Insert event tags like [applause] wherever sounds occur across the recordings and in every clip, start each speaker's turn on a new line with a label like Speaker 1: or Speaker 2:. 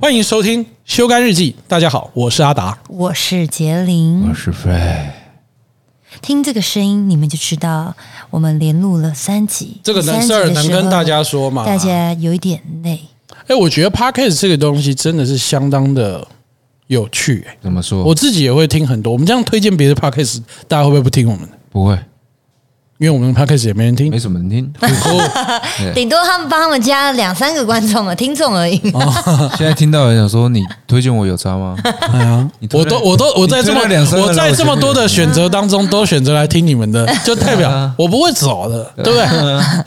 Speaker 1: 欢迎收听《修干日记》，大家好，我是阿达。
Speaker 2: 我是杰
Speaker 1: 嗯
Speaker 2: 林，
Speaker 3: 是 Fred，
Speaker 2: 听这个声音你们就知道我们连录了三集。
Speaker 1: 这个
Speaker 2: 第
Speaker 1: 难
Speaker 2: 三集
Speaker 1: 事儿
Speaker 2: 的
Speaker 1: 能
Speaker 2: 时
Speaker 1: 跟
Speaker 2: 候
Speaker 1: 大家说嘛？
Speaker 2: 大家有一点累，
Speaker 1: 哎，我觉得 podcast 这个东西真的是相当的有趣、哎
Speaker 3: 怎么说？
Speaker 1: 我自己也会听很多。我们这样推荐别的 podcast，大家会不会不听我们的？
Speaker 3: 不会，
Speaker 1: 因为我们的 podcast 也没人听
Speaker 3: 没。什么人听。
Speaker 1: [laughs] 哦，
Speaker 3: 对
Speaker 2: 顶多他们帮他们加两三个观众嘛，听众而已。
Speaker 1: 哦
Speaker 3: 现在听到人想说你推荐我有差
Speaker 2: [laughs]
Speaker 3: 吗？
Speaker 1: 哎呀
Speaker 3: 你，推
Speaker 1: 我
Speaker 3: 了
Speaker 1: 都我都我在这么
Speaker 3: 你推了两三个
Speaker 1: 我在这么
Speaker 3: 了我觉得
Speaker 1: 多的选择当中，都选择来听你们的，就代表
Speaker 3: 啊
Speaker 1: 我不会走的，对不
Speaker 3: [laughs]
Speaker 1: 对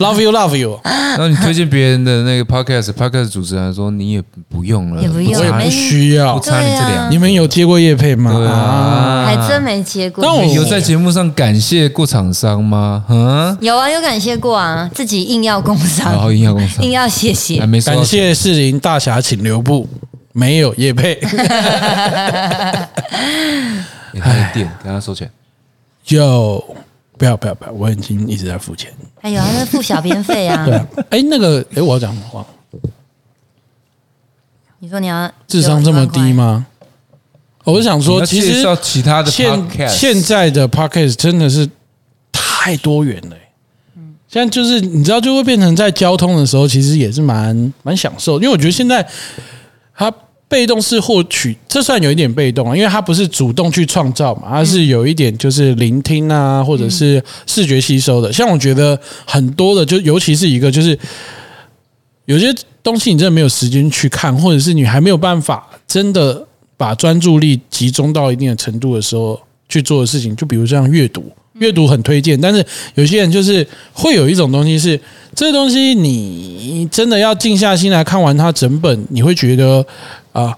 Speaker 1: ？Love you, love you。
Speaker 3: [laughs] 然后你推荐别人的那个 podcast，podcast 主持人说你也不用了，
Speaker 2: 也不用
Speaker 1: 我也
Speaker 3: 差
Speaker 1: 不
Speaker 2: 没
Speaker 1: 需要
Speaker 2: 啊
Speaker 3: 不。差你这两，
Speaker 1: 你们有接过叶配吗？
Speaker 3: 对啊，
Speaker 2: 还真没接过。
Speaker 1: 那我
Speaker 3: 有在节目上感谢过厂商吗？嗯，
Speaker 2: 有啊，有感谢过啊，自己硬要工
Speaker 3: 然后
Speaker 1: 哦
Speaker 2: 伤，
Speaker 3: 营养公司
Speaker 2: 硬要谢
Speaker 3: 还
Speaker 2: 谢。
Speaker 3: 没收到
Speaker 1: 感谢士林大侠，请留步。没有叶配，
Speaker 3: 钱，也开店跟他收钱，
Speaker 1: 就不要不要不要，我已经一直在付钱。
Speaker 2: 还有啊，那付小编费
Speaker 1: [laughs]
Speaker 2: 啊
Speaker 1: 对。啊，哎，那个，哎，我要讲什么话？
Speaker 2: 你说你要啊
Speaker 1: 智商这么低？吗？我是想
Speaker 3: 啊你
Speaker 1: 说，
Speaker 3: 要
Speaker 1: 其
Speaker 3: 介
Speaker 1: 实
Speaker 3: 绍其他的
Speaker 1: 现
Speaker 3: podcast，
Speaker 1: 现在的 podcast 真的是太多元了、嗯，现在就是你知道，就会变成在交通的时候，其实也是蛮蛮享受，因为我觉得现在它被动式获取，这算有一点被动啊，因为它不是主动去创造嘛，它是有一点就是聆听啊，或者是视觉吸收的。像我觉得很多的，就尤其是一个就是有些东西你真的没有时间去看，或者是你还没有办法真的把专注力集中到一定的程度的时候去做的事情，就比如像阅读，阅读很推荐，但是有些人就是会有一种东西是，这个东西你真的要静下心来看完它整本，你会觉得啊、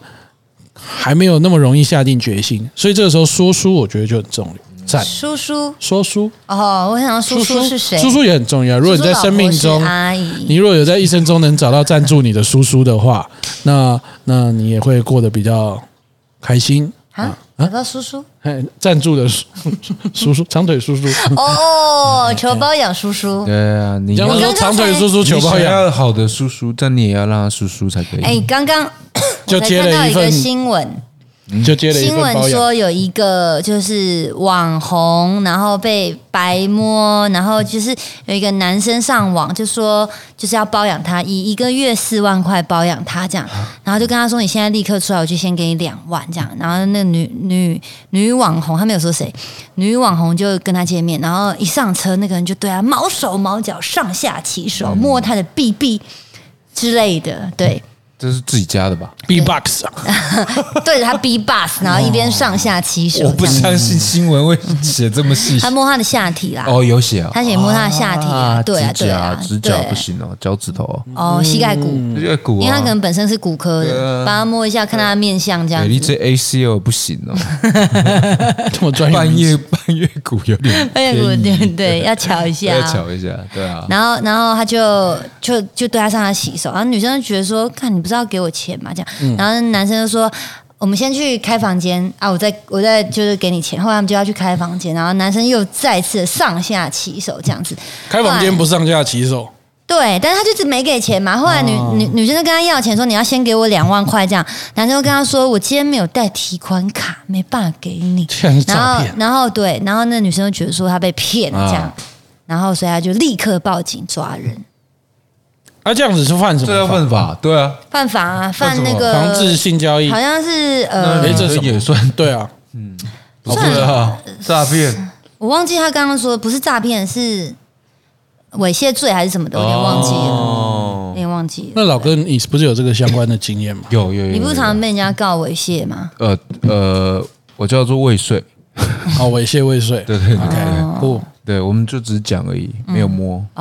Speaker 1: 还没有那么容易下定决心，所以这个时候说书，我觉得就很重要，赞
Speaker 2: 叔叔
Speaker 1: 说书。
Speaker 2: 哦，我想要叔叔
Speaker 1: 叔
Speaker 2: 是谁？
Speaker 1: 叔叔也很重要。如果你在生命
Speaker 2: 叔叔老
Speaker 1: 中
Speaker 2: 婆是，啊阿姨
Speaker 1: 你如果有在一生中能找到赞助你的叔叔的话，那那你也会过得比较开心。
Speaker 2: 啊，找到叔叔
Speaker 1: 哎 [laughs] 赞助的叔叔叔，长腿叔
Speaker 2: [laughs]
Speaker 1: 叔，嗯
Speaker 2: 哦，求哦包养叔叔。
Speaker 3: 对啊，你
Speaker 1: 你
Speaker 3: 要
Speaker 1: 刚刚说长腿叔叔
Speaker 3: 你
Speaker 1: 求包
Speaker 3: 想
Speaker 1: 养，
Speaker 3: 要好的叔叔，但你也要让他叔叔才可以。
Speaker 2: 哎，刚刚
Speaker 1: 就
Speaker 2: 我才
Speaker 1: 接了
Speaker 2: 看到
Speaker 1: 一
Speaker 2: 一
Speaker 1: 份
Speaker 2: 个新闻，
Speaker 1: 就接了一
Speaker 2: 新
Speaker 1: 份
Speaker 2: 闻
Speaker 1: 包养。
Speaker 2: 说有一个就是网红，然后被白摸，然后就是有一个男生上网就说就是要包养他，以一个月四万块包养他这样，
Speaker 1: 啊
Speaker 2: 然后就跟他说你现在立刻出来，我就先给你两万这样，然后那女女女网红，她没有说谁，女网红就跟他见面，然后一上车那个人就对他毛手毛脚，上下其
Speaker 1: 嗯
Speaker 2: 手，摸他的 BB 之类的，对。
Speaker 3: 这是自己家的吧？
Speaker 1: B box [laughs] 啊，
Speaker 2: 对着他 B bus，然后一边上下其手这样。
Speaker 3: 相信新闻会写这么细
Speaker 2: 他摸他的下体啦，
Speaker 3: 哦，有写啊，
Speaker 2: 他写摸他的下体啊，对啊，
Speaker 3: 指
Speaker 2: 对啊
Speaker 3: 甲，指
Speaker 2: 对
Speaker 3: 甲不行哦，脚趾头哦，
Speaker 2: 哦，膝盖骨，
Speaker 3: 这个骨
Speaker 2: 因为他可
Speaker 3: 啊
Speaker 2: 能，本身是骨科的，帮他摸一下，看他的面相这样
Speaker 3: 对，哎你
Speaker 2: 子。
Speaker 3: 这 ACL 不行哦，
Speaker 1: 这么专业
Speaker 3: [laughs] 半
Speaker 1: 名
Speaker 3: [laughs]
Speaker 1: 字，
Speaker 3: 夜半夜骨有点
Speaker 2: 哎，我
Speaker 3: 便宜
Speaker 2: 对 [laughs] 对，要瞧一下
Speaker 3: [laughs] 要。瞧一下，对啊，
Speaker 2: 然后，然后他就就就对他上他洗手，然后女生就觉得说：“看你不是要给我钱嘛？”这样，
Speaker 3: 嗯
Speaker 2: 然后男生就说：“我们先去开房间啊，我再我再就是给你钱。”后来他们就要去开房间，然后男生又再次上下其手这样子。
Speaker 1: 开房间不上下其手，
Speaker 2: 对，但是他就是没给钱嘛。后来女、女女生就跟他要钱，说你要先给我两万块这样。男生就跟他说，我今天没有带提款卡，没办法给你。
Speaker 1: 这然是
Speaker 2: 然
Speaker 1: 诈
Speaker 2: 后
Speaker 1: 骗。
Speaker 2: 然后对，然后那女生就觉得说她被骗了这样，
Speaker 3: 啊
Speaker 2: 然后所以他就立刻报警抓人，
Speaker 1: 啊，这样子是犯什
Speaker 3: 这要
Speaker 1: 么法？
Speaker 3: 犯法，对啊，
Speaker 2: 犯法啊，
Speaker 3: 犯
Speaker 2: 犯
Speaker 3: 什么
Speaker 2: 那个
Speaker 1: 防治性交易
Speaker 2: 好，像是
Speaker 3: 那
Speaker 2: 呃
Speaker 1: 哎，这什么
Speaker 3: 也算嗯
Speaker 1: 对啊，
Speaker 3: 不对啊，诈骗，
Speaker 2: 我忘记他刚刚说的不是诈骗，是猥亵罪还是什么的，我有点忘记了，有
Speaker 3: 哦，
Speaker 2: 点忘记了。
Speaker 1: 那老哥，你不是有这个相关的经验吗？
Speaker 3: [laughs] 有有有，
Speaker 2: 你不是
Speaker 3: 有
Speaker 2: 常常被人家告猥亵吗？
Speaker 3: 呃呃，我叫做未遂，
Speaker 1: 哦，猥亵未遂，
Speaker 3: 对对对对对，
Speaker 2: 哦
Speaker 1: ，OK，不，
Speaker 3: 对，我们就只是讲而已，
Speaker 2: 嗯
Speaker 3: 没有摸，对，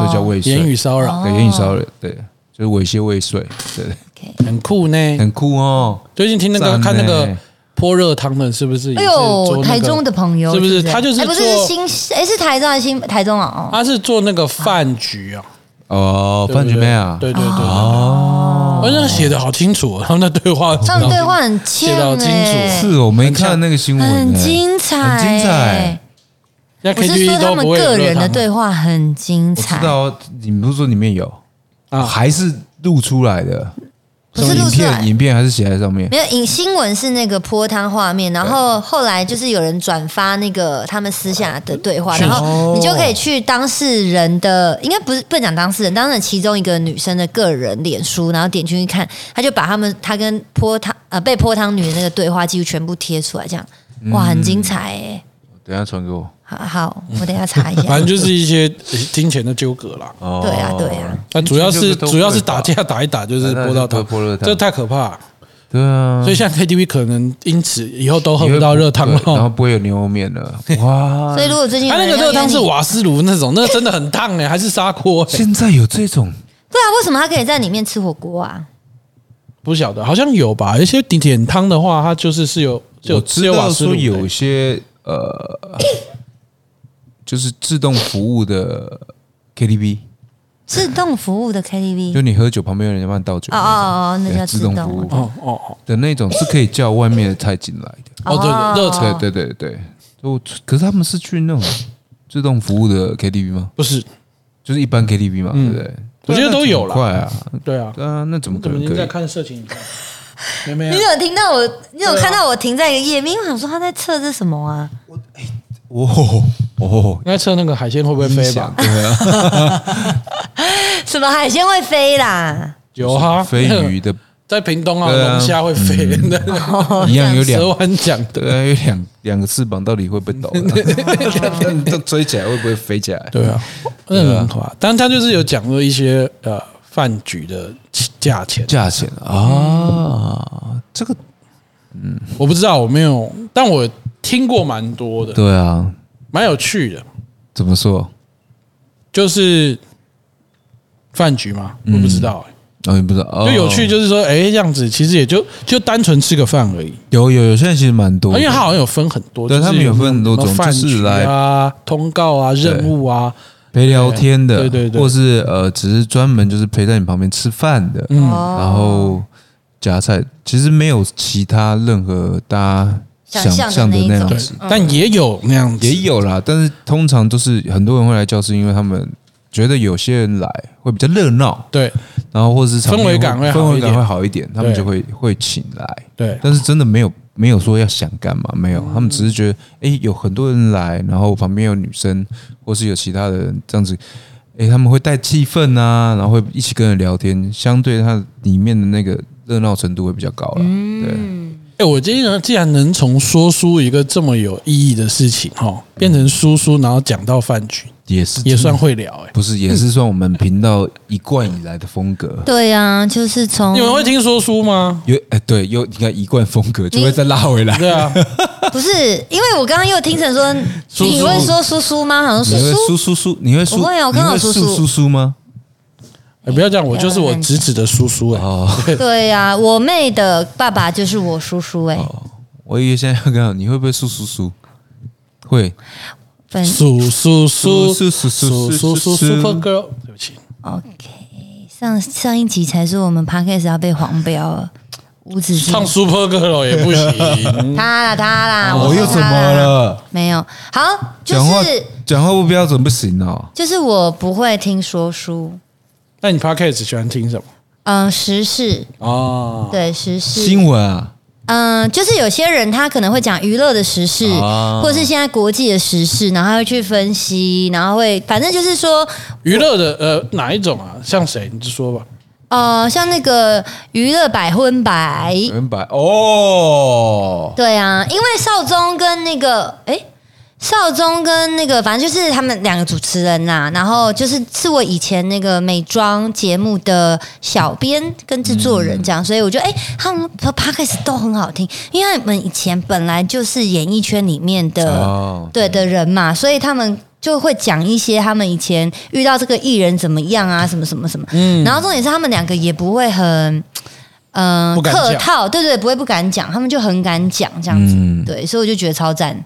Speaker 3: 所以叫未遂，
Speaker 1: 言语骚
Speaker 2: 哦
Speaker 1: 扰
Speaker 3: 对，言语骚扰，对，就是猥亵未遂，对，
Speaker 1: 很酷呢。
Speaker 3: 很酷哦。
Speaker 1: 最近听那个
Speaker 3: 赞呢
Speaker 1: 看那个泼热汤的，是不是也
Speaker 2: 哎
Speaker 1: 是做那
Speaker 2: 呦，
Speaker 1: 个？
Speaker 2: 台中的朋友
Speaker 1: 是不是他就是
Speaker 2: 哎不是
Speaker 1: 做
Speaker 2: 是新哎是台中还是新台中啊？哦，
Speaker 1: 他是做那个饭局啊，
Speaker 3: 哦，
Speaker 1: 对
Speaker 3: 范
Speaker 1: 不对
Speaker 3: 姐妹啊，
Speaker 1: 对对对，哦，而且写的好清楚 [laughs] 哦，他们的对话，
Speaker 2: 他们对话很
Speaker 1: 写
Speaker 2: 欠
Speaker 1: 得好清楚
Speaker 2: 哎，
Speaker 3: 是哦我没看那个新闻欸，
Speaker 2: 很精彩，
Speaker 3: 很精彩。
Speaker 1: 那
Speaker 2: 我是
Speaker 1: KTV
Speaker 2: 说他
Speaker 1: 都
Speaker 2: 们
Speaker 1: 不会有热
Speaker 2: 个人
Speaker 3: 啊
Speaker 2: 的
Speaker 1: 汤
Speaker 2: 对话很精
Speaker 3: 我知
Speaker 2: 彩，
Speaker 3: 道，你不是说里面有
Speaker 1: 啊
Speaker 3: 还是录出来的？
Speaker 2: 不是
Speaker 3: 影
Speaker 2: 录出
Speaker 3: 片
Speaker 2: 来。
Speaker 3: 影片还是写在上面
Speaker 2: 没有影新闻是那个泼汤画面，然后后来就是有人转发那个他们私下的对话，
Speaker 1: 是
Speaker 2: 然后你就可以去当事人的，应该不是不能讲当事人，当事人其中一个女生的个人脸书，然后点进去看，他就把他们他跟泼汤呃被泼汤女的那个对话记录全部贴出来，这样
Speaker 1: 嗯
Speaker 2: 哇，很精彩哎、
Speaker 3: 等一下传给我。
Speaker 2: 好好，我等一下查一下。
Speaker 1: [laughs] 反正就是一些呃金钱的纠葛啦。
Speaker 3: 哦
Speaker 2: 对啊对啊，
Speaker 1: 那主要
Speaker 3: 这
Speaker 1: 是
Speaker 3: 个都会
Speaker 1: 主要是
Speaker 3: 吧
Speaker 1: 打架打一打，就是
Speaker 3: 那
Speaker 1: 播到
Speaker 3: 就
Speaker 1: 汤
Speaker 3: 会泼热，汤嗯
Speaker 1: 这太可怕了。
Speaker 3: 对啊，
Speaker 1: 所以现在 KTV 可能因此以后都喝
Speaker 3: 你
Speaker 1: 不
Speaker 3: 会
Speaker 1: 到热汤哦
Speaker 3: 对然后
Speaker 1: 了。
Speaker 3: 不会有牛肉面
Speaker 1: [laughs]
Speaker 3: 了。哇
Speaker 2: [laughs] 所，以如果最近有
Speaker 1: 他啊那
Speaker 2: 人
Speaker 1: 个
Speaker 2: 要
Speaker 1: 热汤
Speaker 2: 约
Speaker 1: 是
Speaker 2: 你
Speaker 1: 瓦斯炉那种，那个真的很烫哎，还是砂锅
Speaker 3: [laughs]
Speaker 1: 欸
Speaker 3: 现在有这种
Speaker 2: 对啊，为什么他可以在里面吃火锅啊？
Speaker 1: 不晓得，好像有吧？有些点点汤的话，它就是是有就有
Speaker 3: 我知
Speaker 1: 有
Speaker 3: 道
Speaker 1: 瓦斯炉
Speaker 3: 说
Speaker 1: 的
Speaker 3: 有些呃，就是自动服务的 KTV，
Speaker 2: 自动服务的 KTV
Speaker 3: 就你喝酒旁边有人帮你倒酒
Speaker 2: 嗯哦哦哦，那
Speaker 3: 对
Speaker 2: 叫
Speaker 3: 自
Speaker 2: 自
Speaker 3: 动
Speaker 2: 动
Speaker 3: 服务
Speaker 1: 哦哦哦
Speaker 3: 的那种，是可以叫外面的菜进来的。
Speaker 1: 哦，对，热
Speaker 2: 哦
Speaker 1: 汤
Speaker 3: 对对对对，我可是他们是去那种自动服务的 KTV 吗？
Speaker 1: 不是？
Speaker 3: 就是一般 KTV 嘛，对不对？
Speaker 1: 我觉得都有啦
Speaker 3: 了，快啊！
Speaker 1: 对啊，
Speaker 3: 对啊，那怎么
Speaker 1: 我
Speaker 3: 可
Speaker 1: 怎么
Speaker 3: 能
Speaker 1: 已经
Speaker 3: 可
Speaker 1: 在
Speaker 3: 以？
Speaker 1: 看色情影片？
Speaker 2: [laughs]
Speaker 1: 妹妹啊
Speaker 2: 你，有听到我？你有
Speaker 1: 对啊
Speaker 2: 看到我停在一个页面？因为我想说他在测这什么啊？
Speaker 3: 哦哦，
Speaker 1: 应该测那个海鲜会不会飞吧？
Speaker 3: 对啊，
Speaker 2: 什么海鲜会飞啦？
Speaker 1: 有哈，
Speaker 3: 飞鱼的
Speaker 1: [laughs] 在屏东啊，
Speaker 3: 对啊
Speaker 1: 龙虾会飞， [laughs]
Speaker 3: 一样有
Speaker 1: 蛇
Speaker 3: 两
Speaker 1: 丸讲的。
Speaker 3: 对啊，有两两个翅膀到底会不会抖啊？都追起来会不会飞起来？
Speaker 1: 对啊，那很可
Speaker 3: 啊
Speaker 1: 怕。但他就是有讲过一些呃饭局的价钱，
Speaker 3: 价钱啊，这个
Speaker 1: 我不知道，我没有，但我听过蛮多的，
Speaker 3: 对啊，
Speaker 1: 蛮有趣的。
Speaker 3: 怎么说？
Speaker 1: 就是饭局嘛，我不知道、
Speaker 3: 嗯哦，你不知道，
Speaker 1: 欸
Speaker 3: 哦
Speaker 1: 就有趣，就是说，哎、这样子其实也就就单纯吃个饭而已，
Speaker 3: 有有有，现在其实蛮多
Speaker 1: 哦因
Speaker 3: 的，
Speaker 1: 为它好像有分很多，
Speaker 3: 对
Speaker 1: 就是
Speaker 3: 他们有分很多种
Speaker 1: 什么饭
Speaker 3: 就是
Speaker 1: 局
Speaker 3: 来
Speaker 1: 啊、通告啊、任务啊，
Speaker 3: 陪聊天的，
Speaker 1: 对对对
Speaker 3: 或是呃，只是专门就是陪在你旁边吃饭的，嗯，
Speaker 2: 哦
Speaker 3: 然后夹菜，其实没有其他任何大家想
Speaker 2: 想
Speaker 3: 象
Speaker 2: 象的
Speaker 3: 的
Speaker 2: 那一
Speaker 3: 那
Speaker 2: 种
Speaker 3: 样
Speaker 1: 对
Speaker 3: 子，，
Speaker 1: 但也有那样子，
Speaker 3: 也有啦，但是通常都是很多人会来教室，因为他们觉得有些人来会比较热闹，
Speaker 1: 对
Speaker 3: 然后或是场面
Speaker 1: 氛围感会好
Speaker 3: 氛围
Speaker 1: 一
Speaker 3: 感
Speaker 1: 点
Speaker 3: 会好一点，他们
Speaker 1: 对
Speaker 3: 就会会请来，
Speaker 1: 对
Speaker 3: 但是真的没有没有说要想干嘛，没有，他们只是觉得诶有很多人来，然后旁边有女生或是有其他的人这样子，诶，他们会带气氛啊，然后会一起跟人聊天，相对它里面的那个热闹程度会比较高了，
Speaker 2: 嗯
Speaker 1: 哎、
Speaker 3: 对，
Speaker 1: 我今天既然能从说书一个这么有意义的事情哈，变成叔叔，然后讲到饭局，
Speaker 3: 也是
Speaker 1: 也算会聊哎、
Speaker 3: 不是也是算我们频道一贯以来的风格。
Speaker 2: 对呀，就是
Speaker 3: 嗯
Speaker 2: 从
Speaker 1: 你们会听说书吗？
Speaker 3: 有哎， [laughs] 对，有你看一贯风格就会再拉回来，
Speaker 1: 对
Speaker 3: [laughs]
Speaker 1: 啊，
Speaker 2: 不是？因为我刚刚又听成说
Speaker 1: 叔
Speaker 2: 你会说叔叔吗？好像
Speaker 3: 你
Speaker 2: 叔
Speaker 3: 会
Speaker 2: 叔
Speaker 3: 叔叔叔，你会叔，
Speaker 2: 我会啊我刚好
Speaker 3: 你会
Speaker 2: 叔
Speaker 3: 叔
Speaker 2: 叔
Speaker 3: 叔叔吗？
Speaker 1: 哎不要这样，我就是我侄子的叔叔哎、 [laughs]
Speaker 3: 哦，
Speaker 2: 对呀，我妹的爸爸就是我叔叔哎，
Speaker 3: 哦我以为现在要刚好，你会不会叔叔叔？会，
Speaker 2: 本
Speaker 1: 叔叔叔
Speaker 3: 叔叔叔
Speaker 1: 叔叔
Speaker 3: 叔
Speaker 1: 叔
Speaker 3: 叔
Speaker 1: Super Girl，对不起，
Speaker 2: OK。上上一集才说我们 podcast 要被黄标了，无止境
Speaker 1: 唱 Super Girl 也不
Speaker 3: 嗯
Speaker 1: 行。
Speaker 2: 他啦他啦，
Speaker 3: 我哦又
Speaker 2: 说
Speaker 3: 怎
Speaker 2: 他
Speaker 3: 么
Speaker 2: 啦？
Speaker 3: 了？
Speaker 2: 没有，好，就
Speaker 3: 讲话
Speaker 2: 是
Speaker 3: 讲话不标准不行哦。
Speaker 2: 就是我不会听说书，
Speaker 1: 那你 Podcast 喜欢听什么？
Speaker 2: 嗯，时事
Speaker 1: 哦，
Speaker 2: 对时事
Speaker 3: 新闻啊，
Speaker 2: 嗯，就是有些人他可能会讲娱乐的时事，
Speaker 3: 啊
Speaker 2: 或者是现在国际的时事，然后他会去分析，然后会反正就是说，
Speaker 1: 娱乐的呃哪一种啊？像谁？你就说吧。
Speaker 2: 呃，像那个娱乐百分百，
Speaker 3: 原版哦，
Speaker 2: 对啊，因为少宗跟那个诶，少宗跟那个，反正就是他们两个主持人呐、然后就是是我以前那个美妆节目的小编跟制作
Speaker 3: 嗯
Speaker 2: 人这样，所以我觉得诶，他们的 podcast 都很好听，因为他们以前本来就是演艺圈里面的、
Speaker 3: 哦
Speaker 2: 对的人嘛，所以他们。就会讲一些他们以前遇到这个艺人怎么样啊，什么什么什么，
Speaker 3: 嗯
Speaker 2: 然后重点是他们两个也不会很，嗯、
Speaker 1: 不敢讲
Speaker 2: 客套，对对，不会不敢讲，他们就很敢讲这样子，
Speaker 3: 嗯
Speaker 2: 对，所以我就觉得超赞，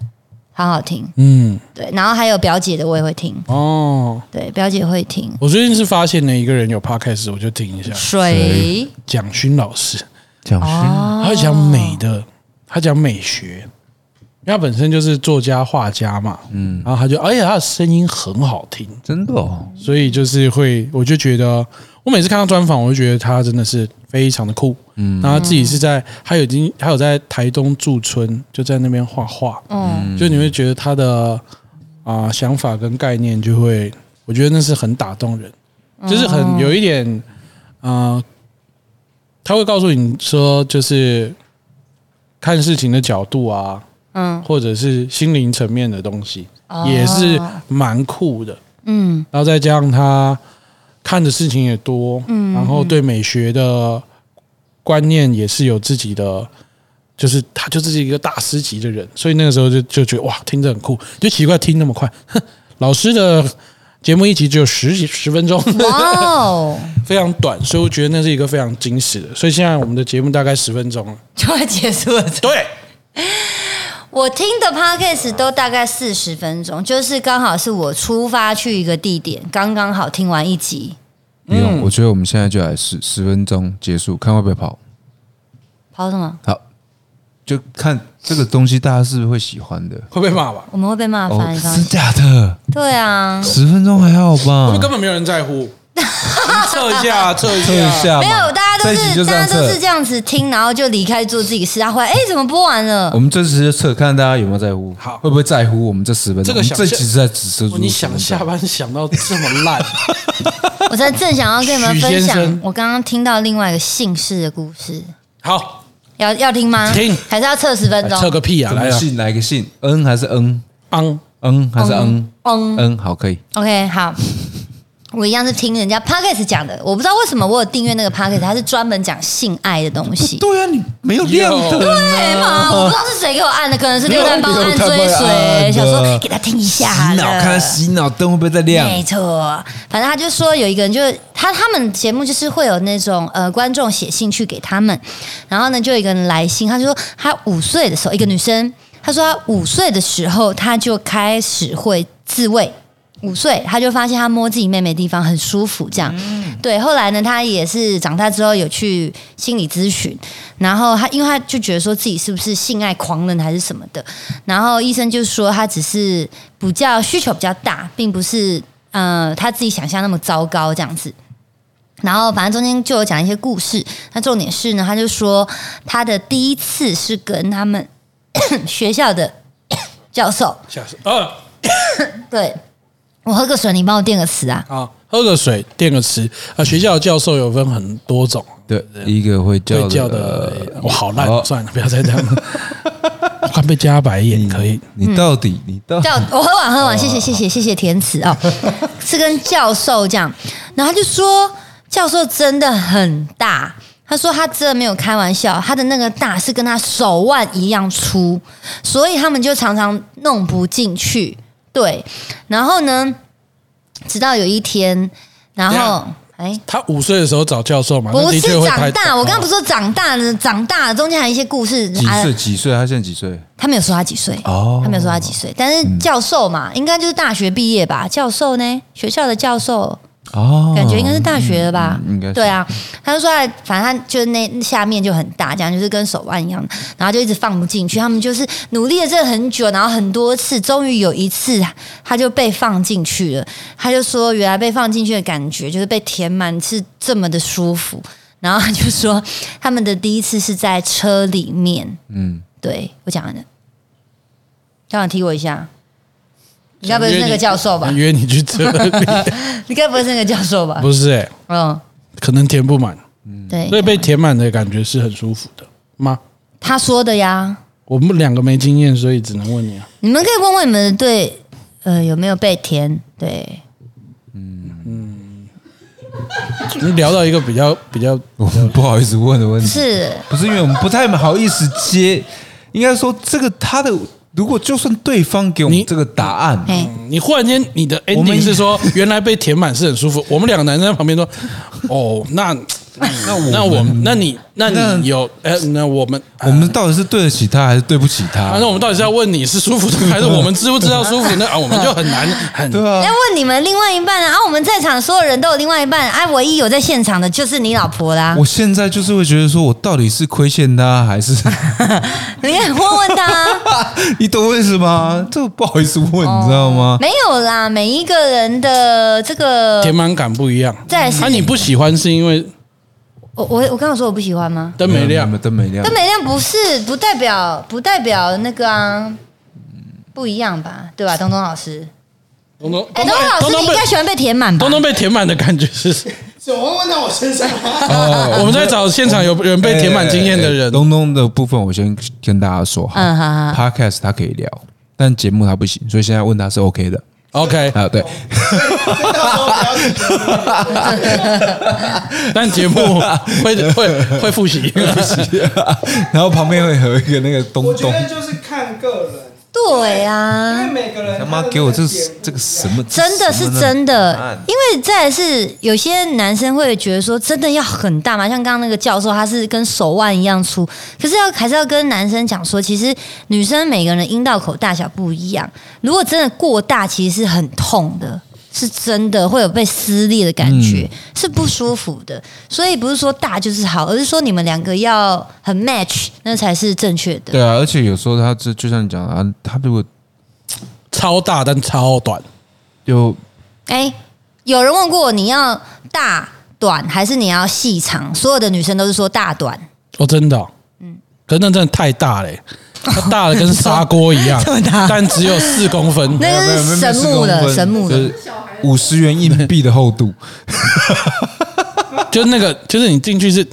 Speaker 2: 好好听，
Speaker 1: 嗯，
Speaker 2: 对，然后还有表姐的我也会听，
Speaker 1: 哦，
Speaker 2: 对，表姐会听
Speaker 1: 我最近是发现了一个人有 Podcast，我就听一下。
Speaker 2: 水
Speaker 1: 蒋勋老师，
Speaker 3: 讲师
Speaker 2: 哦，
Speaker 1: 他讲美的，他讲美学，因为他本身就是作家、画家嘛，嗯，然后他就，而且他的声音很好听，
Speaker 3: 真的哦，
Speaker 1: 所以就是会，我就觉得，我每次看到专访，我就觉得他真的是非常的酷，嗯，然后他自己是在，他已经，他有在台东驻村，就在那边画画，
Speaker 2: 嗯，
Speaker 1: 就你会觉得他的啊、想法跟概念就会，我觉得那是很打动人，就是很有一点啊、呃他会告诉你说，就是看事情的角度啊，
Speaker 2: 嗯，
Speaker 1: 或者是心灵层面的东西，
Speaker 2: 哦
Speaker 1: 也是蛮酷的。
Speaker 2: 嗯
Speaker 1: 然后再加上他看的事情也多，嗯，然后对美学的观念也是有自己的，就是他就是一个大师级的人，所以那个时候就就觉得哇，听着很酷，就奇怪听那么快，哼，老师的。节目一集只有十几十分钟， [laughs]
Speaker 2: 哇哦，
Speaker 1: 非常短，所以我觉得那是一个非常惊喜的。所以现在我们的节目大概十分钟了。
Speaker 2: 就要结束了。
Speaker 1: 对，
Speaker 2: 我听的 podcast 都大概四十分钟，就是刚好是我出发去一个地点，刚刚好听完一集，
Speaker 3: 哦不用，我觉得我们现在就来十十分钟结束，看会不会跑。
Speaker 2: 跑什么？
Speaker 3: 好，就看这个东西大家是不是会喜欢的。
Speaker 1: 会被骂吧？
Speaker 2: 我们会被骂
Speaker 3: 哦，
Speaker 2: 翻一翻
Speaker 3: 真。假的？
Speaker 2: 对啊，
Speaker 3: 十分钟还好
Speaker 1: 他
Speaker 3: 吧
Speaker 1: 们？根本没有人在乎。测一下，测一
Speaker 3: 嗯测一
Speaker 1: 下，
Speaker 3: 下嘛，
Speaker 2: 没有，大家
Speaker 3: 这
Speaker 2: 都
Speaker 3: 一集就是这
Speaker 2: 大
Speaker 3: 样
Speaker 2: 家都
Speaker 3: 测
Speaker 2: 是。这样子听，然后就离开做自己事。他回来，哎，怎么播完了
Speaker 3: 我？们这次就测，看大家有没有在乎，
Speaker 1: 好
Speaker 3: 会不会在乎我们这十分
Speaker 1: 这
Speaker 3: 钟？
Speaker 1: 个
Speaker 3: 我们
Speaker 1: 想
Speaker 3: 这
Speaker 1: 象
Speaker 3: 集是在只是
Speaker 1: 哦你想下班想到这么烂，
Speaker 2: 我在正想要跟你们分
Speaker 1: 许先
Speaker 2: 享
Speaker 1: 生，
Speaker 2: 我刚刚听到另外一个姓氏的故事，
Speaker 1: 好，
Speaker 2: 要要听吗？
Speaker 1: 听
Speaker 2: 还是要测十分钟？
Speaker 1: 测个屁啊！
Speaker 3: 怎么
Speaker 1: 来了，
Speaker 3: 信哪一个信？N 还是 N？N
Speaker 1: 昂，
Speaker 3: 还是 N？N、
Speaker 2: 嗯
Speaker 3: N 好，可以。
Speaker 2: OK，好，我一样是听人家 podcast 讲的，我不知道为什么我有订阅那个 podcast，它是专门讲性爱的东西。
Speaker 3: [laughs] 对啊，你没有
Speaker 1: 亮灯啊
Speaker 2: 对嘛？我不知道是谁给我按的，可能是六蛋帮我按
Speaker 3: 啊
Speaker 2: 追随，想说给他听一下好
Speaker 3: 洗
Speaker 2: 了。
Speaker 3: 脑，看他洗脑灯会不会再亮？
Speaker 2: 没错，反正他就说有一个人就，他他们节目就是会有那种呃观众写信去给他们，然后呢就有一个人来信，他就说他五岁的时候，一个女生，她说她五岁的时候，她就开始会自慰。五岁，她就发现她摸自己妹妹的地方很舒服，这样。对，后来呢，她也是长大之后有去心理咨询，然后她因为她就觉得说自己是不是性爱狂人还是什么的，然后医生就说她只是比较需求比较大，并不是呃她自己想象那么糟糕这样子。然后反正中间就有讲一些故事，那重点是呢，她就说她的第一次是跟他们 [coughs] 学校的 [coughs] 教授，
Speaker 1: 下次呃，
Speaker 2: 对我喝个水，你帮我垫个词啊。
Speaker 1: 好，喝个水，垫个词啊。学校的教授有分很多种，
Speaker 3: 对，一个会叫
Speaker 1: 被
Speaker 3: 的，
Speaker 1: 叫的
Speaker 3: 呃
Speaker 1: 我好烂
Speaker 3: 好，
Speaker 1: 算了，不要再这样了，我快被加白
Speaker 3: 嗯
Speaker 1: 眼，可以。
Speaker 3: 你到底，你
Speaker 2: [laughs]
Speaker 3: 到底
Speaker 2: 教我喝完喝完，谢谢谢谢谢谢填词哦，是跟教授这样，然后他就说教授真的很大，他说他真的没有开玩笑，他的那个大是跟他手腕一样粗，所以他们就常常弄不进去。对，然后呢，直到有一天，然
Speaker 1: 等一
Speaker 2: 后
Speaker 1: 下
Speaker 2: 哎。
Speaker 1: 他五岁的时候找教授嘛，那
Speaker 2: 不
Speaker 1: 的
Speaker 2: 是
Speaker 1: 确会哦拍啊
Speaker 2: 长大，我刚刚不是说长大了，长大了中间还有一些故事。
Speaker 3: 几
Speaker 2: 啊
Speaker 3: 岁？几岁？他现在几岁？
Speaker 2: 他没有说他几岁
Speaker 3: 哦嗯
Speaker 2: 他没有说他几岁，但是教授嘛，应该就是大学毕业吧？教授呢，学校的教授，
Speaker 3: 哦，
Speaker 2: 感觉应该是大学了吧？
Speaker 3: 嗯嗯应该是
Speaker 2: 对啊。他就说他，反正他就那下面就很大，这样就是跟手腕一样，然后就一直放不进去。他们就是努力了这很久，然后很多次，终于有一次他就被放进去了。他就说，原来被放进去的感觉就是被填满是这么的舒服。然后他就说，他们的第一次是在车里面。
Speaker 3: 嗯，
Speaker 2: 对我讲完了，教长踢我一下。你该不会是那个教授吧？
Speaker 1: 约你去这里，
Speaker 2: 你该不会是那个教授吧？
Speaker 1: 不是哎，
Speaker 2: 嗯，
Speaker 1: 可能填不满，
Speaker 2: 对
Speaker 1: 所，以被填满的感觉是很舒服的吗？
Speaker 2: 他说的呀。
Speaker 1: 我们两个没经验，所以只能问你啊。
Speaker 2: 你们可以问问你们的队，呃，有没有被填？对，
Speaker 1: 你聊到一个比较比较
Speaker 3: 我们不好意思问的问题，
Speaker 2: 是
Speaker 3: 不是因为我们不太好意思接？应该说这个他的，如果就算对方给我
Speaker 1: 你
Speaker 3: 们这个答案，
Speaker 2: 哎，
Speaker 1: 嗯你忽然间你的
Speaker 3: 我们
Speaker 1: ending 是说，原来被填满是很舒服。我们两个男生在旁边说，哦，那
Speaker 3: 那我
Speaker 1: 那我那你那
Speaker 3: 那
Speaker 1: 你有呃，那我们啊
Speaker 3: 我们到底是对得起他还是对不起他？
Speaker 1: 反正我们到底是要问你是舒服的，还是我们知不知道舒服？那啊，我们就很难很
Speaker 3: 对啊
Speaker 2: 要，问你们另外一半啊！啊，我们在场所有人都有另外一半，哎、啊，唯一有在现场的就是你老婆啦。
Speaker 3: 我现在就是会觉得说，我到底是亏欠他还是
Speaker 2: 你
Speaker 3: [laughs]
Speaker 2: 可以问问他啊、
Speaker 3: 你懂我意思
Speaker 2: 嗯
Speaker 3: 吗？这不好意思问，你知道吗？
Speaker 2: 没有啦，每一个人的这个，
Speaker 1: 填满感不一样。
Speaker 2: 再来是
Speaker 1: 啊，你不喜欢是因为
Speaker 2: 我我我刚刚说我不喜欢吗？
Speaker 1: 灯没亮，
Speaker 3: 灯没亮
Speaker 2: 但，美亮不是不代表不代表那个啊，不一样吧？对吧，东东老师？
Speaker 3: 嗯
Speaker 1: 东东，
Speaker 2: 哎，东东老
Speaker 1: 东
Speaker 2: 师，你
Speaker 1: 东
Speaker 2: 应
Speaker 1: 被
Speaker 2: 该喜欢被填满吧
Speaker 1: 东？东被填满的感觉是，
Speaker 4: 怎么会问到我身
Speaker 3: [laughs]
Speaker 4: 上、啊？
Speaker 1: 我们在找现场有人被填满经验的
Speaker 3: 哦哎哎哎
Speaker 1: 人。
Speaker 3: 东东的部分，我先跟大家说哈
Speaker 2: 嗯，好好好
Speaker 3: ，Podcast 他可以聊，但节目他不行，所以现在问他是 OK 的
Speaker 1: OK，
Speaker 3: 啊，对， [laughs]
Speaker 4: 所以到时候不要去
Speaker 1: 但节目会会会复
Speaker 3: [laughs]
Speaker 1: 习。
Speaker 3: 然后旁边会有一个那个东
Speaker 4: 我觉
Speaker 3: 东，
Speaker 4: 得就是看个人，
Speaker 2: 对
Speaker 4: 因为
Speaker 2: 啊，
Speaker 4: 每个人
Speaker 3: 他妈
Speaker 4: 的那
Speaker 3: 给我这
Speaker 4: 个点不一样
Speaker 3: 这个什么？
Speaker 2: 真的是真
Speaker 3: 什么
Speaker 2: 的
Speaker 3: 呢，
Speaker 2: 因为再来是有些男生会觉得说，真的要很大嘛，像刚刚那个教授，他是跟手腕一样粗，可是要还是要跟男生讲说，其实女生每个人的阴道口大小不一样，如果真的过大，其实是很痛的。是真的会有被撕裂的感觉，
Speaker 3: 嗯
Speaker 2: 是不舒服的。所以不是说大就是好，而是说你们两个要很 match，那才是正确的。
Speaker 3: 对啊，而且有时候他就就像你讲的啊，他如果
Speaker 1: 超大但超短，
Speaker 3: 就
Speaker 2: 哎，有人问过你要大短还是你要细长？所有的女生都是说大短，
Speaker 1: 哦，真的、哦，
Speaker 2: 嗯
Speaker 1: 可是那真的太大嘞、它大的跟砂锅一
Speaker 2: [laughs]
Speaker 1: 样，但只有四公分。
Speaker 2: 那个是神木的神木的。
Speaker 3: 五十元硬币的厚度，
Speaker 1: 就那个，就是你进去是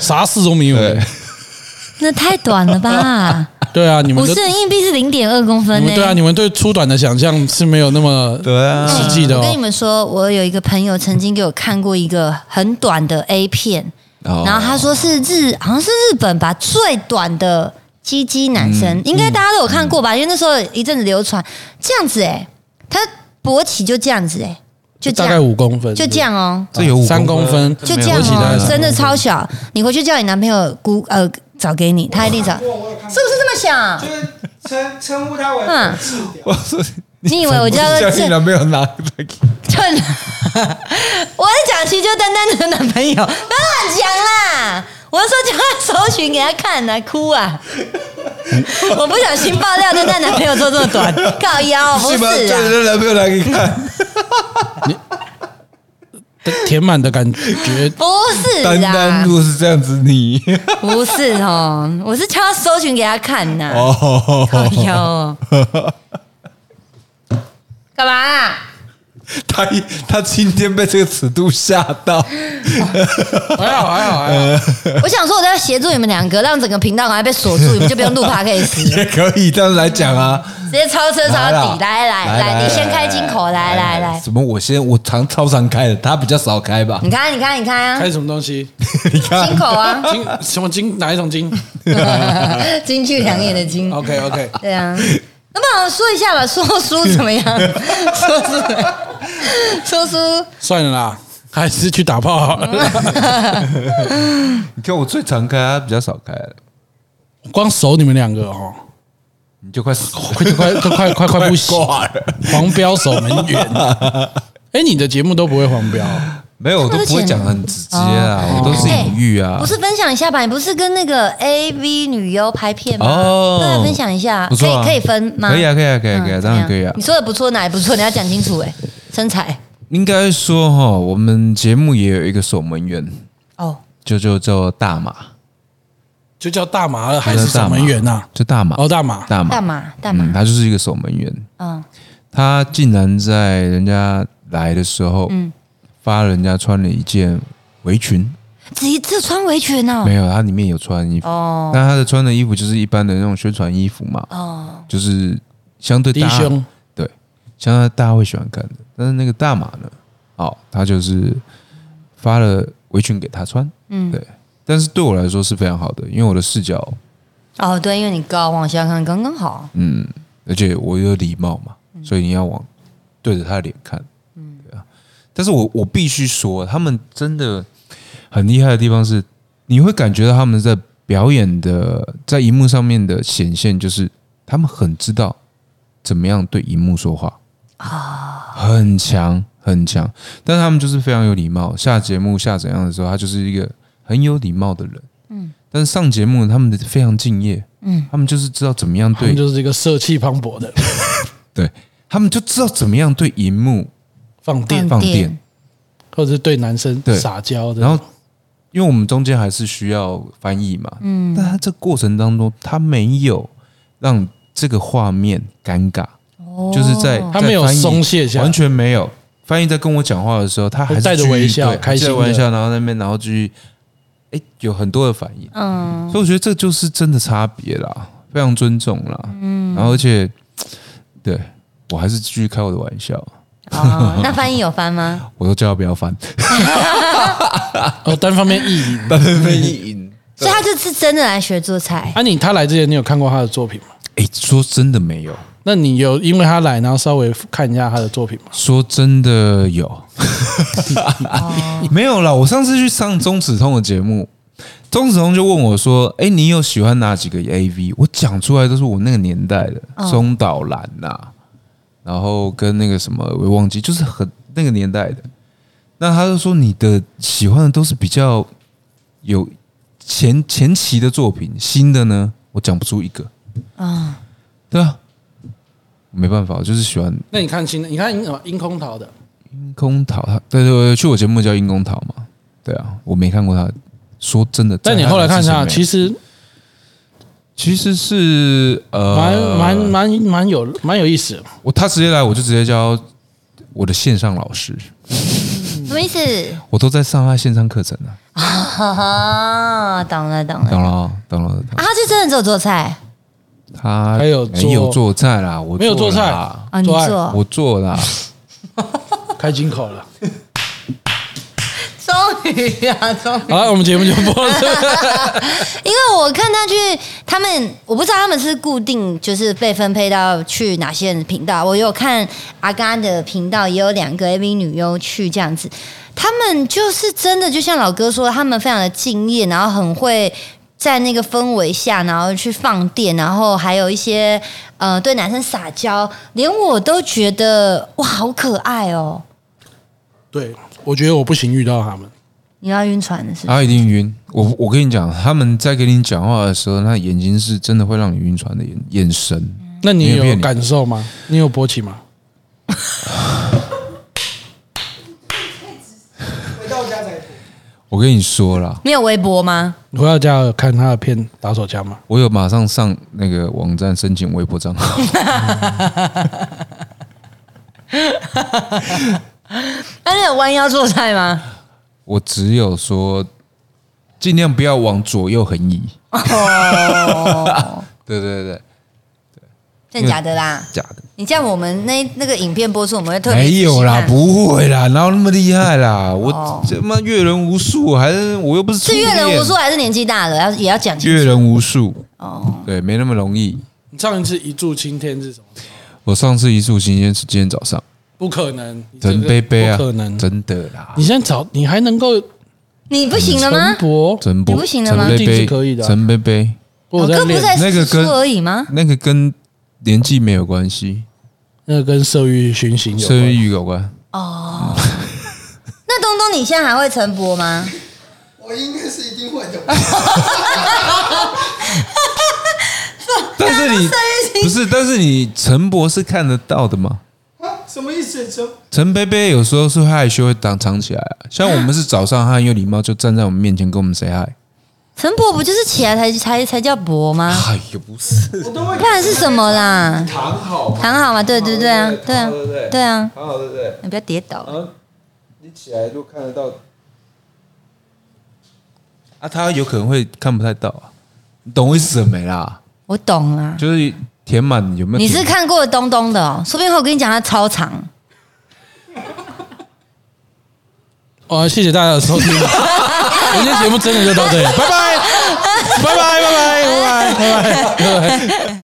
Speaker 1: 啥事都没有的
Speaker 3: 对。
Speaker 2: 那太短了吧？
Speaker 1: 对 [laughs] 啊，你们
Speaker 2: 五
Speaker 1: 的
Speaker 2: 十
Speaker 1: 你
Speaker 2: 元硬币是零点二公分呢、嗯
Speaker 1: 们对啊，你们对粗短的想象是没有那么
Speaker 3: 对啊
Speaker 1: 实际的
Speaker 2: 我跟你
Speaker 1: 哦。
Speaker 2: 们说，我有一个朋友曾经给我看过一个很短的 A 片，
Speaker 1: 哦
Speaker 2: 然后他说是日，好像是日本吧，最短的鸡鸡男
Speaker 1: 嗯
Speaker 2: 生，应该大家都有看过吧？因为那时候一阵子流传这样子、哎，他勃起就这样子、哎，就这
Speaker 1: 大概
Speaker 2: 样，
Speaker 1: 五公分，
Speaker 2: 就这样哦、
Speaker 3: 这有五
Speaker 1: 三公分
Speaker 2: 就这样
Speaker 1: 勃起大概
Speaker 2: 哦
Speaker 3: 啊
Speaker 1: 是，
Speaker 2: 真的超小。你回去叫你男朋友估呃找给你，他一定找，是不
Speaker 4: 我有看
Speaker 2: 是这么想
Speaker 4: 就？是称称呼他为
Speaker 2: 嗯
Speaker 4: 治疗，
Speaker 3: 我说
Speaker 2: 你以为我叫他
Speaker 3: 你怎么竟然没有拿来给
Speaker 2: 就 [laughs] 我在讲其实就丹丹的男朋友，不要乱讲啦！我是说叫他搜寻给他看来哭啊！我不小心爆料丹丹男朋友做这么
Speaker 3: [laughs]
Speaker 2: 短，靠腰不
Speaker 3: 是吗？
Speaker 2: 是
Speaker 3: 叫你
Speaker 2: 啊？
Speaker 3: 的男朋友来给你看，
Speaker 1: 填满的感觉。
Speaker 2: 不是
Speaker 3: 单单
Speaker 2: 啦
Speaker 3: 如，果是这样子，你
Speaker 2: 不是哦，我是叫他搜寻给他看呐、
Speaker 3: 哦，
Speaker 2: 靠腰哦， [laughs] 干嘛啊、
Speaker 3: 他他今天被这个尺度吓到，
Speaker 1: 还好还好还好，
Speaker 2: 我想说，我都要协助你们两个，让整个频道赶快被锁住，你们就不 [laughs] 用录 p o d
Speaker 3: 也可以这样来讲啊。
Speaker 2: 直接超车超到底，来来
Speaker 3: 来
Speaker 2: 来，你先开金口，来来来，
Speaker 3: 什么？我先我常超常开的，他比较少开吧？
Speaker 2: 你看你看你看
Speaker 1: [laughs]
Speaker 2: 啊，
Speaker 1: 开什么东西？
Speaker 3: 你看
Speaker 2: 金口 [laughs] 啊，
Speaker 1: 金什么金？哪一种金
Speaker 2: 金去两眼的金，
Speaker 1: ？OK OK，
Speaker 2: 对啊。那么我说一下吧，说书怎 [laughs] 么样？说书怎么样，说书
Speaker 1: [laughs] 算了啦，还是去打炮好
Speaker 2: 嗯
Speaker 1: 了。
Speaker 3: 你看我最常开，他比较少开了，
Speaker 1: [laughs] 光守你们两个哦，
Speaker 3: 你就快死了，
Speaker 1: 快就快就快快快不行，
Speaker 3: 挂了。
Speaker 1: 黄标守门员。哎，你的节目都不会黄标哦、
Speaker 3: 没有，我都不会讲得很直接啊，我都是隐喻啊
Speaker 2: 哦哎不。是分享一下吧？你不是跟那个 A V 女优拍片吗？
Speaker 3: 哦
Speaker 2: 对啊，分享一下，
Speaker 3: 不
Speaker 2: 可
Speaker 3: 错啊
Speaker 2: 以可以分吗？
Speaker 3: 可以啊，可以啊，可以啊，
Speaker 2: 嗯
Speaker 3: 可以啊，
Speaker 2: 怎
Speaker 3: 当
Speaker 2: 么
Speaker 3: 然
Speaker 2: 样
Speaker 3: 可以啊
Speaker 2: 你。说的不错，哪里不错？你要讲清
Speaker 3: [laughs]
Speaker 2: 楚哎，身材
Speaker 3: 应该说哈，我们节目也有一个守门员，
Speaker 2: 哦，
Speaker 3: 就就叫大马，
Speaker 1: 就叫大麻了，还是守门员呐、
Speaker 3: 就大马，
Speaker 1: 哦，大麻，
Speaker 3: 大马，
Speaker 2: 大码大
Speaker 3: 嗯，
Speaker 2: 码，
Speaker 3: 他就是一个守门员。
Speaker 2: 嗯，
Speaker 3: 他竟然在人家来的时候，
Speaker 2: 嗯
Speaker 3: 发人家穿了一件围裙，
Speaker 2: 只这穿围裙哦
Speaker 3: 没，有，他里面有穿衣服，
Speaker 2: 哦
Speaker 3: 但他的穿的衣服就是一般的那种宣传衣服嘛，
Speaker 2: 哦，
Speaker 3: 就是相对
Speaker 1: 低
Speaker 3: 大家
Speaker 1: 胸，
Speaker 3: 对，相对大家会喜欢看的。但是那个大马呢，哦，他就是发了围裙给他穿，
Speaker 2: 嗯
Speaker 3: 对。但是对我来说是非常好的，因为我的视角，
Speaker 2: 哦，对，因为你高，往下看刚刚好。
Speaker 3: 嗯，而且我有礼貌嘛，所以你要往对着他的脸看，嗯，对啊。但是我我必须说，他们真的很厉害的地方是，你会感觉到他们在表演的在荧幕上面的显现，就是他们很知道怎么样对荧幕说话啊，很强很强。但是他们就是非常有礼貌，下节目下怎样的时候，他就是一个很有礼貌的人，嗯。但是上节目他们的非常敬业，嗯，嗯，他们就是知道怎么样
Speaker 1: 他们
Speaker 3: 对
Speaker 1: 就是一个色气磅礴的
Speaker 3: 对，他们就知道怎么样对荧幕
Speaker 1: 放电
Speaker 2: 嗯，
Speaker 3: 放
Speaker 2: 电
Speaker 3: 电，
Speaker 1: 或者是对男生
Speaker 3: 对
Speaker 1: 撒娇的。
Speaker 3: 然后因为我们中间还是需要翻译嘛，嗯，但他这过程当中，他没有让这个画面尴尬，
Speaker 2: 哦
Speaker 3: 就是在
Speaker 1: 他没有
Speaker 3: 在翻译
Speaker 1: 松懈下来
Speaker 3: 完全没有。翻译在跟我讲话的时候，他还是
Speaker 1: 带着
Speaker 3: 继续
Speaker 1: 微笑
Speaker 3: 对
Speaker 1: 开心
Speaker 3: 带
Speaker 1: 的
Speaker 3: 着微笑，然后在那边，然后继续，哎，有很多的反应，
Speaker 2: 嗯，
Speaker 3: 所以我觉得这就是真的差别啦，非常尊重啦，嗯，然后而且，对我还是继续开我的玩笑，
Speaker 2: 哦，那翻译有翻
Speaker 3: [laughs]
Speaker 2: 吗？
Speaker 3: 我都叫他不要翻，
Speaker 1: 呃，单方面意 [laughs] 淫。
Speaker 3: 但是翻译 [laughs] 赢。
Speaker 2: 所以他就是真的来学做菜，
Speaker 1: 安妮，他来之前你有看过他的作品吗？
Speaker 3: 哎，说真的没有，
Speaker 1: 那你有因为他来，然后稍微看一下他的作品吗？
Speaker 3: 说真的有， [laughs] 没有啦。我上次去上钟子通的节目，钟子通就问我说：“哎、你有喜欢哪几个 AV？” 我讲出来都是我那个年代的松岛兰呐、然后跟那个什么我也忘记，就是很那个年代的。那他就说你的喜欢的都是比较有前前期的作品，新的呢，我讲不出一个啊。对啊，没办法，我就是喜欢
Speaker 1: 那你看新的，你看什么樱空桃的，
Speaker 3: 樱空桃，他对对对，去我节目叫樱空桃嘛，对啊，我没看过他。说真的，
Speaker 1: 但你后来看一下，其
Speaker 3: 实
Speaker 1: 实
Speaker 3: 其实是呃，
Speaker 1: 蛮蛮蛮蛮有蛮有意思的。
Speaker 3: 我他直接来，我就直接教我的线上老师，嗯
Speaker 2: 什么意思？
Speaker 3: 我都在上他线上课程呢、
Speaker 2: 哦，懂了懂
Speaker 3: 啊，
Speaker 2: 了
Speaker 3: 懂了哦懂了，懂了
Speaker 2: 啊，他就真的只有做菜
Speaker 3: 他
Speaker 1: 还有做
Speaker 3: 没有做菜啦，我
Speaker 1: 没有做
Speaker 3: 做
Speaker 1: 菜
Speaker 3: 啦
Speaker 2: 啊，你
Speaker 1: 做爱
Speaker 2: 做，
Speaker 3: 我做啦，
Speaker 1: 开金口了。
Speaker 2: [laughs] 终于啊，终于。
Speaker 1: 好了，我们节目就播到这边。
Speaker 2: [laughs] 因为我看他去，他们我不知道他们是固定就是被分配到去哪些人的频道。我有看阿嘎的频道，也有两个 AV 女优去这样子，他们就是真的就像老哥说，他们非常的敬业，然后很会。在那个氛围下，然后去放电，然后还有一些呃对男生撒娇，连我都觉得哇，好可爱哦！
Speaker 1: 对，我觉得我不行遇到他们。
Speaker 2: 你要晕船了是不是？
Speaker 3: 他一定晕。我我跟你讲，他们在跟你讲话的时候，那眼睛是真的会让你晕船的眼眼神。
Speaker 2: 嗯
Speaker 1: 那你
Speaker 3: 没有
Speaker 1: 有
Speaker 3: 骗你
Speaker 1: 感受吗？你有勃起吗？
Speaker 4: 回到家
Speaker 3: [laughs]
Speaker 4: 再补。
Speaker 3: 我跟你说啦，
Speaker 2: 你有微博吗？
Speaker 1: 你回到家有看他的片打手枪吗？
Speaker 3: 我有马上上那个网站申请微博账号，
Speaker 2: 那你有弯腰做菜吗？
Speaker 3: 我只有说尽量不要往左右横移。
Speaker 2: 哦，
Speaker 3: 对对对，
Speaker 2: 真的假的啦？
Speaker 3: 假的
Speaker 2: 你这样，我们那那个影片播出，我们会特别
Speaker 3: 没有啦，
Speaker 2: 仔细看
Speaker 3: 不会啦，哪有那么厉害啦？
Speaker 2: 哦
Speaker 3: 我这妈阅人无数，还是我又不是初
Speaker 2: 是阅人
Speaker 3: 恋
Speaker 2: 无数，还是年纪大了，要也要讲清
Speaker 3: 阅
Speaker 2: 楚
Speaker 3: 人无数，
Speaker 2: 哦。
Speaker 3: 对，没那么容易。
Speaker 1: 你上一次一柱擎天是什么时候？
Speaker 3: 我上次一束新鲜是今天早上，
Speaker 1: 不可能，你这个
Speaker 3: 真杯杯啊，
Speaker 1: 不可能。
Speaker 3: 真的啦
Speaker 1: 你，现在找你还能够陈
Speaker 2: 你不行了吗？
Speaker 1: 勃，
Speaker 3: 真
Speaker 2: 你不行了
Speaker 3: 陈
Speaker 2: 吗
Speaker 3: 杯
Speaker 1: 一定是
Speaker 3: 杯
Speaker 1: 可以的啊
Speaker 3: 陈杯杯，
Speaker 1: 我有在
Speaker 2: 哦哥不
Speaker 1: 练
Speaker 2: 是，才
Speaker 3: 那
Speaker 2: 十
Speaker 3: 个
Speaker 2: 出
Speaker 3: 跟
Speaker 2: 而已吗？
Speaker 3: 那个跟年纪没有关系，
Speaker 1: 那个跟色欲循行有
Speaker 3: 生
Speaker 1: 关。
Speaker 3: 育
Speaker 2: [laughs]
Speaker 3: 有关。
Speaker 2: 那东东，你现在还会晨勃吗？
Speaker 4: 我应该是一定会的。 [laughs]
Speaker 3: 但是你不是，但是你陈博是看得到的嘛？
Speaker 4: 啊什么意思？什
Speaker 3: 陈贝贝有时候是害羞会挡藏起来、啊，像我们是早上，他很有礼貌，就站在我们面前跟我们 say hi。
Speaker 2: 晨勃不就是起来才才才叫勃吗？
Speaker 3: 哎呀，不是，
Speaker 4: 我都会
Speaker 2: 不。然是什么啦？
Speaker 3: 躺好嘛，
Speaker 2: 躺好吗？对对对啊，对啊，对啊，
Speaker 3: 躺好对不对？
Speaker 2: 你不要跌倒。
Speaker 3: 后你起来都看得到。啊，他有可能会看不太到啊，你懂我意思了没啦？
Speaker 2: 我懂啦，
Speaker 3: 就是填满有没有
Speaker 2: 你
Speaker 3: 填满？
Speaker 2: 是看过东东的哦，说不定我跟你讲他超长。
Speaker 1: 哦，谢谢大家的
Speaker 2: [laughs]
Speaker 1: 收听，我们今天节目真的就到这里，拜拜，拜拜，拜拜，拜拜，拜拜。